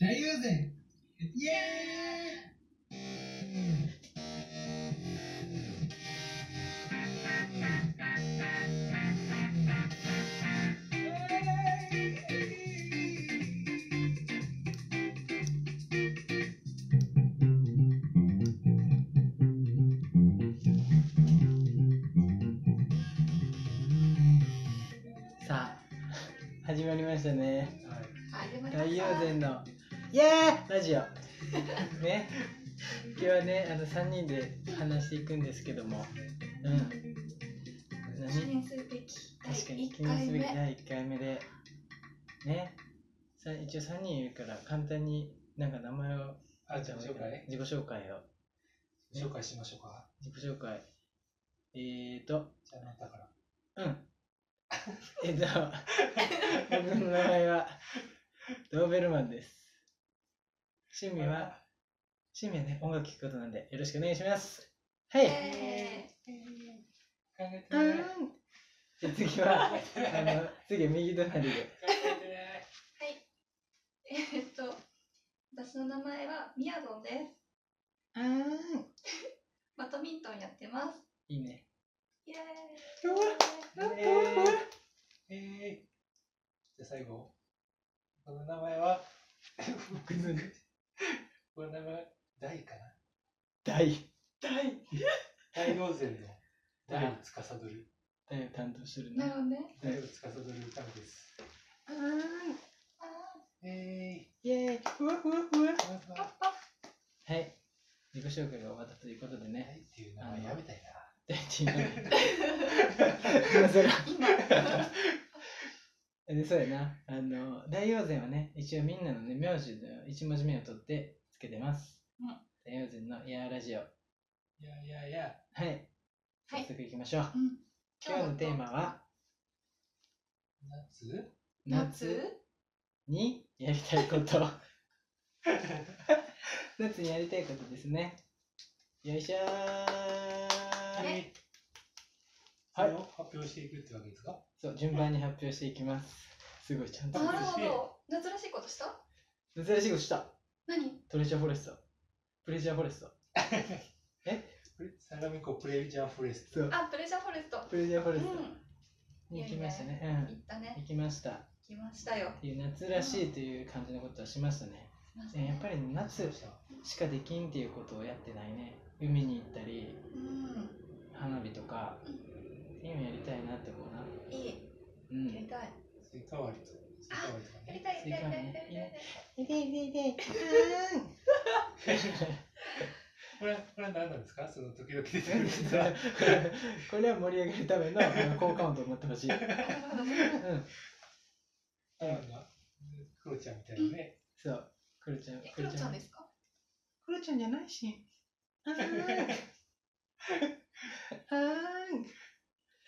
大友禅イエさあ始まりましたねーイ、はい、始まりま大し友た禅のイエーイラジオね今日はねあの3人で話していくんですけどもうん記何念すべき確か第に一記念回すべ目き第1回目でねさ一応3人いるから簡単になんか名前をあじゃあ紹介自己紹介を紹介しましょうか自己紹介えーとじゃあなたからうん。えっと、 僕の名前はドーベルマンです。趣味は、趣味はね、音楽聴くことなんで、よろしくお願いします。はい。え考えてうないん。で次は、あ の、次は右隣で。考えてないーえーっと私の名前はみやぞんですうん。バドミントンやってますいいね。イエーイうわえーえーえー、じゃあ最後この名前は僕のこの名前は大かな大。大大王禅の大を司る大を担当するなのる。ほどね大を司る歌ですうん。あえイェーイ。ふわふわふわ。ー、ふわふーパわッパはい。自己紹介が終わったということでね。大っていう名前やめたいな 大地の。今更。今でそうやなあの大王禅はね一応みんなのね名字の一文字目を取ってつけてます、うん大王禅の「やーラジオ」いやいやいやはいはい早速いきましょう、うん今日のテーマは夏夏にやりたいこと 夏にやりたいことですねよいしょーねそれを発表していくってわけですかそう順番に発表していきますすごいちゃんとなるほど夏らしいことした珍しいことした何トレジャーフォレストプレジャーフォレストサラミコプレビジャーフォレストそうあプレジャーフォレストプレジャーフォうレんスト行に行きましたね、うんったね行きましたっ行きましたよていう夏らしいという感じのことはしましたね、えやっぱり夏しかできんっていうことをやってないね海に行ったりうん花火とかっていうのやりたいなって思うないいうんやりたいスイカ割りとスイカ割りとかやねりたいやりたいやりたいやりたいこれはこれは何なんですかその時々出てくるけど これは盛り上げるためのあの効果音と思ってほしい、うん、なるほどね クロちゃんみたいなねそうクロちゃんえクロちゃんですかクロちゃんじゃないしあーあー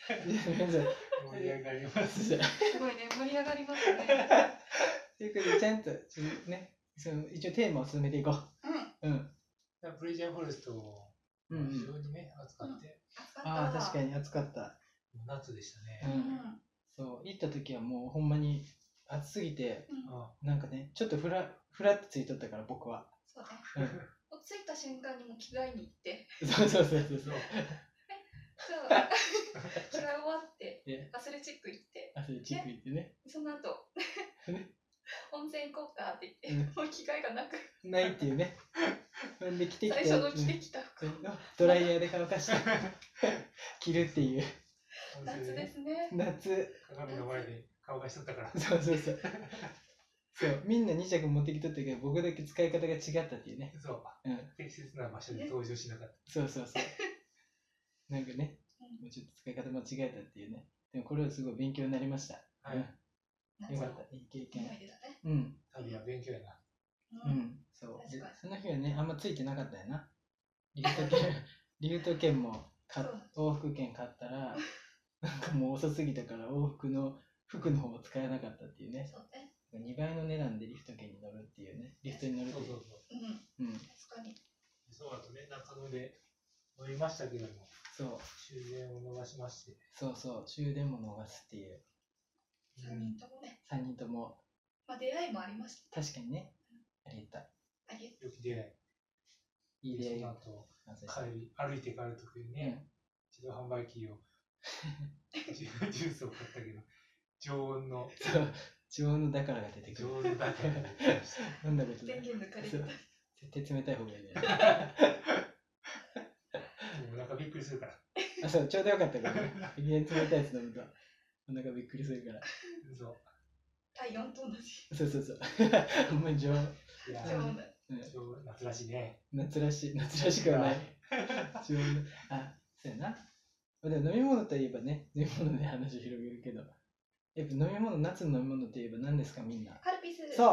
盛り上がりますじゃあすごいね、盛り上がりま すね。ということで、ちゃんと、そのね、その一応テーマを進めていこうん、う。うん。プレジャーフォレストをう非ん、うん。常にね扱って暑かったああ、確かに暑かった。夏でしたうねん。そう、行った時はもうほんまに暑すぎて、うん、 あなんかね、ちょっとふら、ふらっとついとったから、僕は。 そうね。うん。もう着いた瞬間にもう着替えに行って、そうそうそうそうそそうう。そう 着替え終わってで、アスレチック行って、汗でチック行ってね。そ の後ね温泉行こうかって言うって、もう着替えがなく、ないっていう ね。ほんで、着てきた最初の着てきたう服ん。ドライヤーで乾かして、着るっていう。夏ですね。夏。鏡の前で顔がしとったからそうそうそう。そう、みんな2着持ってきとったけど、僕だけ使い方が違ったっていうね。そううん適切な場所で登場しなかっそうそうそう。なんかね、うんもうちょっと使い方間違えたっていうね。でもこれはすごい勉強になりました。たはういん、よ夏かのった、いい経思い験。出だね。うん、旅は勉強やなううんん、そう。で確かにその日はね、あんまついてなかったよな。リュート 券、リュート券も買っそう往復券買ったら、なんかもう遅すぎたから往復の服の方も使えなかったっていうね。そうね。 2倍の値段でリフト券に乗るっていうね。リフトに乗そるうってそういう。そううん、うん、確かに。そうだとね中野で乗りましたけどもそう、終電を逃しましてそうそう、終電も逃すっていう。 3人ともね。 3人ともまあ出会いもありまし確かにね、ありい良き出会いい。い出会いで、そのが後、完成した帰り歩いて帰るときにね、自動販売 機を、ジュジュースを買ったけど、常温の、そう、自分のだからが出てく常る。温だから買いました飲んだことな電い。源抜かれてそう た。絶対冷たい方がいいね。でもお腹びっくりするから。あ、そう、ちょうどよかったから、ね。エビエン冷たいやつ飲むと、お腹びっくりするから。そ体温と同じ。そうそう そう。ほんまに常温う。いや、常温だ。うん常温夏らしいね。夏らしい、夏らしくはない。常温のあ、そうやな。まあでも飲み物といえばね、飲み物で話を広げるけど、やっぱ飲み物、夏の飲み物といえば何ですか、みんな。カルピス。そう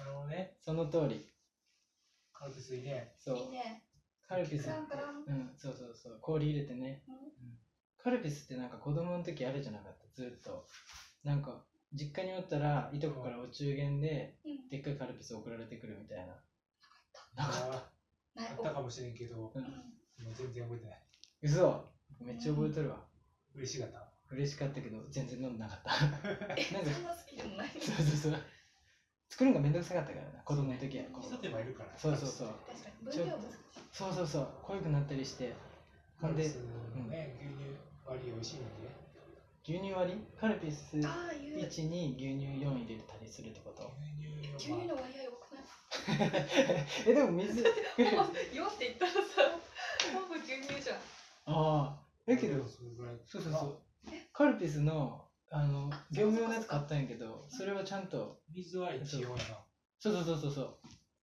あのね、その通り。カルピスにね、そういい。ね。カルピスカ。ランカラン。うん、そうそうそう。氷入れてね。うんカルピスってなんか子供の時あるじゃなかった、ずっと。なんか、実家におったら、いとこからお中元で、うんでっかいカルピス送られてくるみたいな。なあんか、ないあっおたかもしれんけど、もう、うん全然覚えてない。嘘めっちゃ覚えとるわ。嬉しかった。嬉しかったけど、全然飲んでなかった。 えなんかそんな好きでもない。そうそうそう。作るのがめんどくさかったからな、子供の時は。こう一手間いるから。そうそうそう。確かに。分量も。そうそうそう。濃くなったりして。ほカんルでピ、スのね、牛乳割り美味しいので、牛乳割りカルピス1ああ、いにう牛。乳4入れたりするってこと牛乳牛の乳まの割合多くないえでも水あ4って言ったらさ、ほぼ牛乳じゃん。ああやけどそれぐらいそうそうそうカルピスのあのあ業務用のやつ買ったんやけどそれはちゃんと水は一応なっそうそうそうそうそう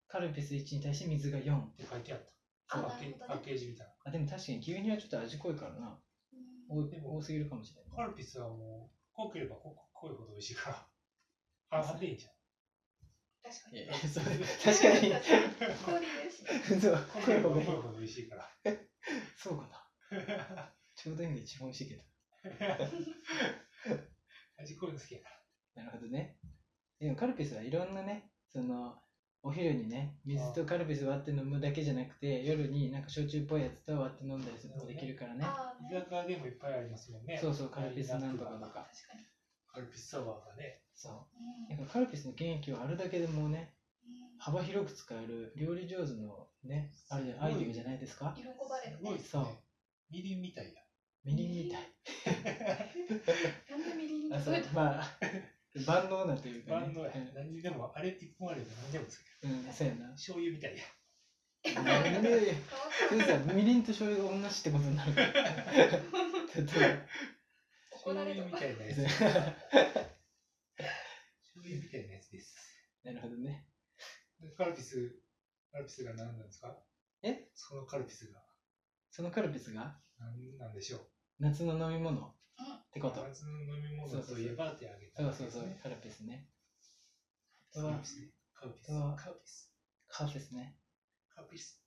カルピス1に対して水が4て書いてあった。あパッケなるほどねパッケージみたいあでも確かに牛乳はちょっと味濃いからなうん多でも多すぎるかもしれな。なカいルピスはもう、濃ければ濃濃いほど美味しいから。半々でいいじ確かいに。やいやそれ 確かにゃん。氷ですね。そう濃濃けいれば方が濃いいいほど美味しいから。 そうかなちょうどいいのが一番美味しいけど味濃いの好きやかなるほどねでもカルピスはいろんなねそのお昼にね水とカルピス割って飲むだけじゃなくて夜になんか焼酎っぽいやつと割って飲んだりすることもできるからねああ、ら。ね。居酒屋でもいっぱいありますもんね。そうそう、カルピスなんとかとだか。確かに。カルピスサワーがね。そうう。んなんかカルピスの原液をあるだけでもうね、うん幅広く使える料理上手のね、あれじゃアイテムじゃないですか喜ばれるすごいですそうね。みりんみたいや。みりんみたい。なんでみりんあ、にそそううやって、まあ、 万能なというかね。万能や。何にでも、あれ一本あれば何でもつける。うん、うんそうやな。醤油みたいや。なんで、それさ、みりんと醤油が同じってことになるから。 例え怒られる醤油みたいなやつ。ば醤そう。油みたいなやつです。なるほどね。でカルピス、カルピスが何なんですかえそのカルピスがそのカルピスが何なんでしょう夏の飲み物っうんてこと。夏の飲み物といえばってあげたそわうけそうですそうね、カルピスね。カルピスね。カルピス。うわカルピス。カルピスね。カルピス。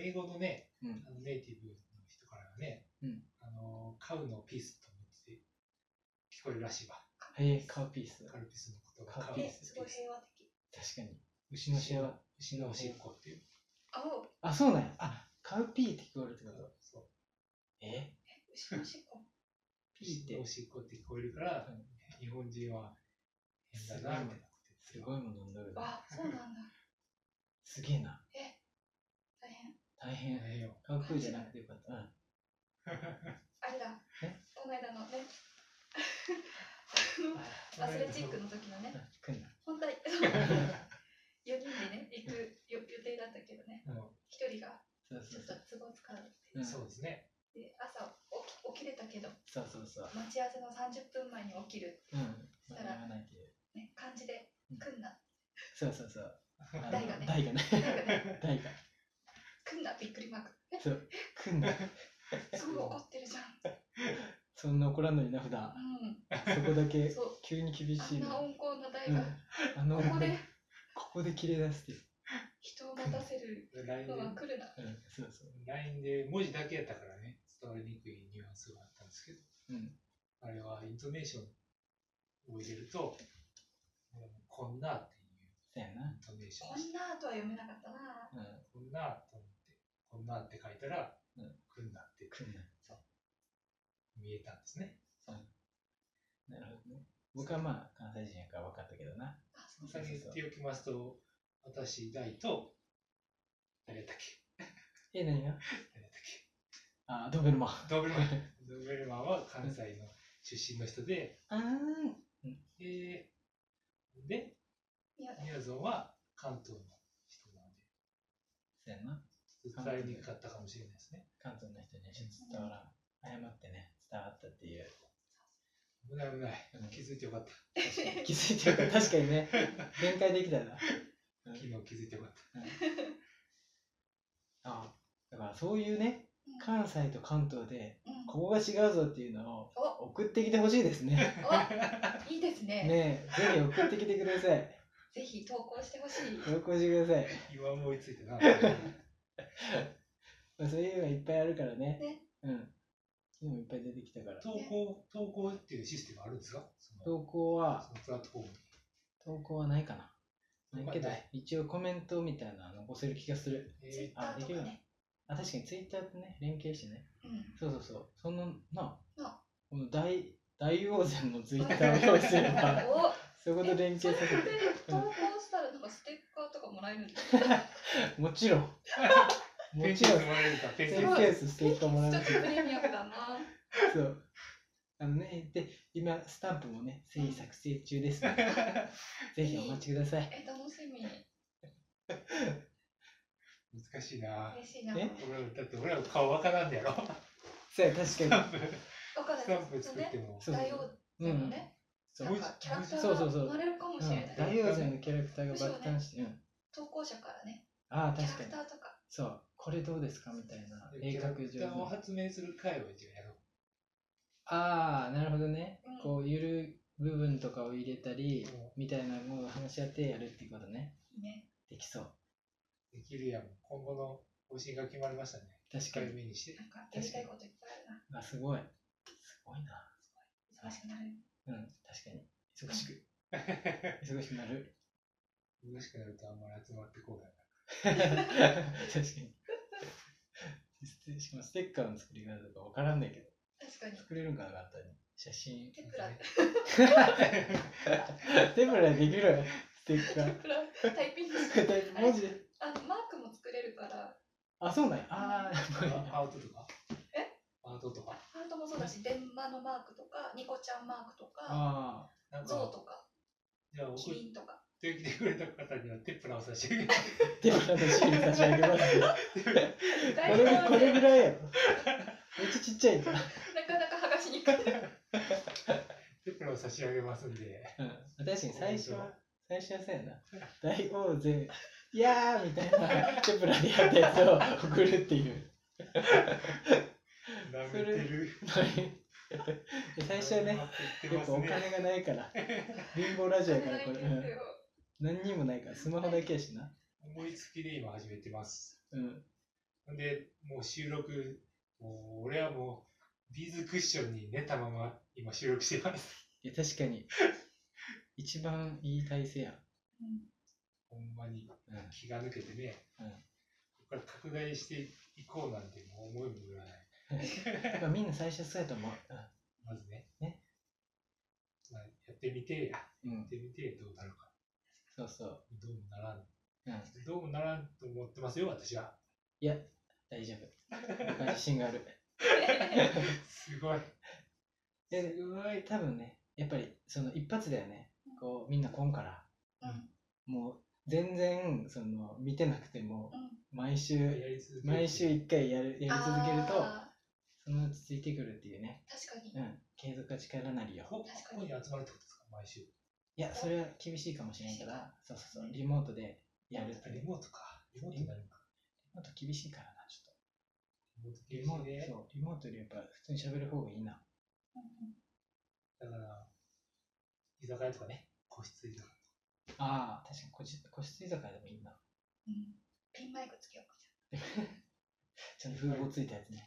英語のね、うん。あのネイティブの人からはね、うんあのカウのピースと思ってて聞こえるらしいわ。へえ、カルピス。カルピスのことカがルカピルえピススすごい平和的。確かに。牛の幸せ。牛のおしっこっていう。青、あ、そうなんや。あ、カウピーって聞こえるってそこと。うそうえ牛のしっこ。ピーっ牛のおてしっこって聞こえるから、うん日本人は変だなみたいなことすごいもの飲んどるな。わあ、そうなんだ。すげえな。大変。大言変ってた。。大変よ。カウピーじゃなくてよかった。うん。あれだえ。この間の ね、あアスレチックの時のね、あ、来んな。本 当は4人でね、行く予予定だったけどね、うん1人がそうちそょうっそとう。都合つかなくて。うん そうですね。で朝起き起きれたけど、そうそうそう。待ち合わせの30分前に起きる、うん。そ間しにたら合わないっていう。ね、感じで組んだ。そうそうそう。あの 台がね台がね。 なんかね、台が。組んだ、びっくりマーク。そう。来んな。え、すごい怒ってるじゃん。そんな怒らんのにな、普段。うそこだん、けそう。急に厳あしいんなな。温厚な台うんが、。あのこ、こでここで切れ出すっていう。人を待たせる LINE のでは来るな。うん。そうそう。 LINE で文字だけやったからね、伝わりにくいニュアンスがあったんですけど、うん。あれはイントネーションを入れると、うんこんなっていうそうやイな。ントネーショこンでしんなとは読めなかったな。うん。た。こんなと思って、こんなって書いたら、うんくんなって来んな。見えたんですね。なるほどね。僕はまあ関西人やから分かったけどな。あ、そ先に言っておきますと、私、大と、誰だっけえ、何が誰だっけあ、ドーベルマン。ドーベルマン。ドーベルマンは関西の出身の人で、あーで、で、いやみやぞんは関東の人なんで、そうやな。ちょっと伝えにくかったかもしれないですね。関東の人にはちょっと伝わらん。謝ってね、伝わったって いう。危ない危ないうん。気づいてよかった。気づいてる確かにね、弁解できたな。うん昨日気づいてよかった。 あだからそういうね、関西と関東で、 うんここが違うぞっていうのを送ってきてほしいです ね。おいいですねねえ、ぜひ送ってきてください。ぜひ投稿してほしい投稿してください。今も追いついてな。まあ、そういうのがいっぱいあるからね。ねうん。でもいっぱい出てきたから。 投稿、投稿っていうシステムあるんですかその投稿は、そのプラットフォームに。投稿はないかな。ないけどない、一応コメントみたいなの残せる気がする。えーツイッタあーでときるかよねあ、確かにツイッターとね、連携してね。うんそうそうそう。そんな、ななこの大、大王戦のツイッターを 用意すれば、おそこで連携させでて。投稿したらなんかステッカーとかもらえるんですもち ろん。ペもンちチろんも。らえるか、ペンセチーフケースステッカーもらえちょまっすとプレミアムだなそう。あのね、で、今、スタンプもね、整理作成中ですので、ぜひお待ちください。え楽しみ難しいな。嬉しいなえ俺らだって俺らの顔わからんだやろ。そうや、確かスわかるタンプ作っても。そ大王に。うでもん。ね、そう。うなんもんうかキャラクタそうそうそーうが生まれるかもしれない、大王戦のキャラクターが爆誕して、うん。投稿者からねああ、キャラ確クかにタ。ーとかそう。これどうですかみたいな。鋭角上手キャラクターを発明する会を一応やろう。ああ、なるほどねうん。こう、ゆる部分とかを入れたりうん、みたいなのを話し合ってやるってことね。いいねできそう。できるやん。今後の方針が決まりましたね。確一か回に。目にして。 なんかやりたいこといっぱいあるあ、すごい。すごいな。な忙しくなるうん、確かに。忙しく。忙しくなる。難しくなるとあんまり集まってこない。確かに。しかもステッカーの作り方とかわからんだけど、確かに作れるんかな、簡単に。写 真。手プラ手ぶらでできるよ、ステッカ手 ー。プラタイピングして文字で。あのマークも作れるからあ、そうなんや。ああ、あアウトとかえアウトとかハートもそうだし電話のマークとかニコちゃんマークとかあなんゾウか、とかじゃあ送キっリンとかてきてくれた方にはテップラを差し上 げあ、手ぶらのシール差し上げますよ。これこれぐらいやろ。めっちゃちっちゃいんだ。なかなか剥がしにくいテップラを差し上げますんで。うん、確かに最初は、最初はそうやな。大王勢、いやーみたいな、手ぶらでやったやつを送るっていう。なめてる。最初はね、舐やめってぱまおすね。金がないから、貧乏ラジオやからこれ、うんは何にもないから、スマホだけやしな。思いつきで今始めてます。うん。んで、もう収録、もう俺はもうビーズクッションに寝たまま今収録してます。いや、確かに、一番いい体勢や。ほんまにうん。気が抜けてね。うんこれから拡大していこうなんてもう思いもよらない。やっぱみんな最初そうやと思う。まずね。ねまあ、やってみて、やうん。うんっ、てみてどうなるか。そうそう。どうもならん。うん。どうもならんと思ってますよ、私は。いや、大丈夫。僕は自信がある。すごい。えすごい。多分ね、やっぱり、その一発だよね。こう、みんな来んから。うんもう、全然、その、見てなくても、うん毎週、やり続ける毎週一回やる、やり続けると、あそのうちついてくるっていうね。ー確かにうん。継続は力なりよ。ここここに集まるってことですか、毎週。いや、それは厳しいかもしれんから、そうそうそう、リモートでやるってね。リもモートか。リモートになるのか。っと厳しいからな、ちょっリモートと。系リモート、で。そう、リモートよりやっぱ普通に喋る方がいいな。だから、居酒屋とかね、個室居酒屋。ああ、確かに個室個室居酒屋でもいいな。うんピンマイクつけようかちゃんと風貌ついたやつね。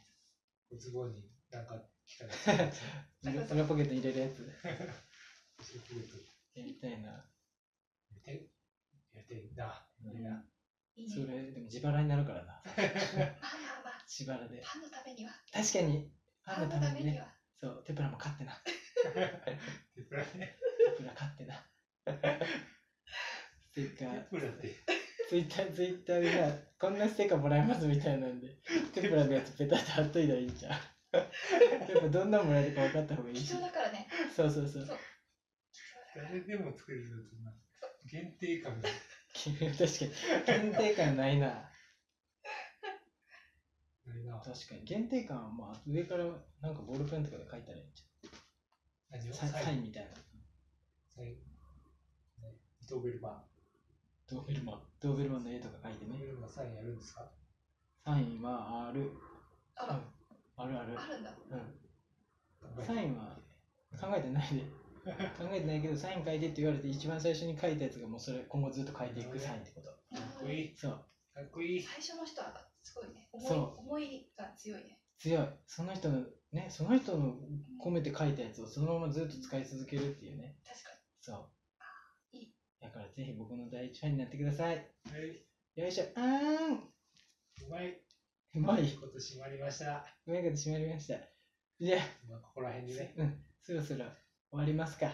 ズボンになんか聞か れて、はい裏裏ポケットに入れるやつ。後ろポケットやりたいな。入れて、やりたいな。うんいやいいそねれ、でも自腹になるからな。まあまあまあ自腹で。パンのためには確かに、パンファのンたのためめににね。はそう、テプラも勝ってな。テプラね。テ プラ勝ってな。ステッカテー、プラって、ツイッター、ツイッターでさ、こんなステッカーもらえますみたいなんで、テプラのやつペタって貼っといたらいいじゃん。やっぱどんなんもらえるか分かった方がいい貴し重。だからね。そうそうそう。誰でも作れるやつな。限定感が。確かに、限定感ないな。ないな。確かに、限定感はまあ上からなんかボールペンとかで書いたらいいんじ何ゃをん。サインサイインみたいな。サイン。伊藤ベルマン。ドーベルマン。ドーベルマンの絵とか書いて伊藤ねベ。ルマンサインやるんですかサインはある。あうんあるあるら、。あるんだ。うん。考えてサインは考えてないで。考えてないけど、サイン書いてって言われて、一番最初に書いたやつがもうそれ、今後ずっと書いていくサインってこと。かっこいい。そう。かっこいい。最初の人はすごいね。思いそう思いが強いね。強い。その人の、ね、その人の込めて書いたやつをそのままずっと使い続けるっていうね。確かそう。いいだからぜひ僕の第一ファンになってください。はい。よいしょ。あーん。うまい。うまい。こと閉まりました。うまいこと締まりました。じゃあ、まあ、ここら辺でね。うん、そろそろ終わりますか。に。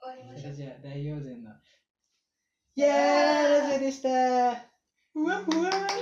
終わりまそしょれう。じゃあ、大陽膳の。イエーイラジオでしたうわふわー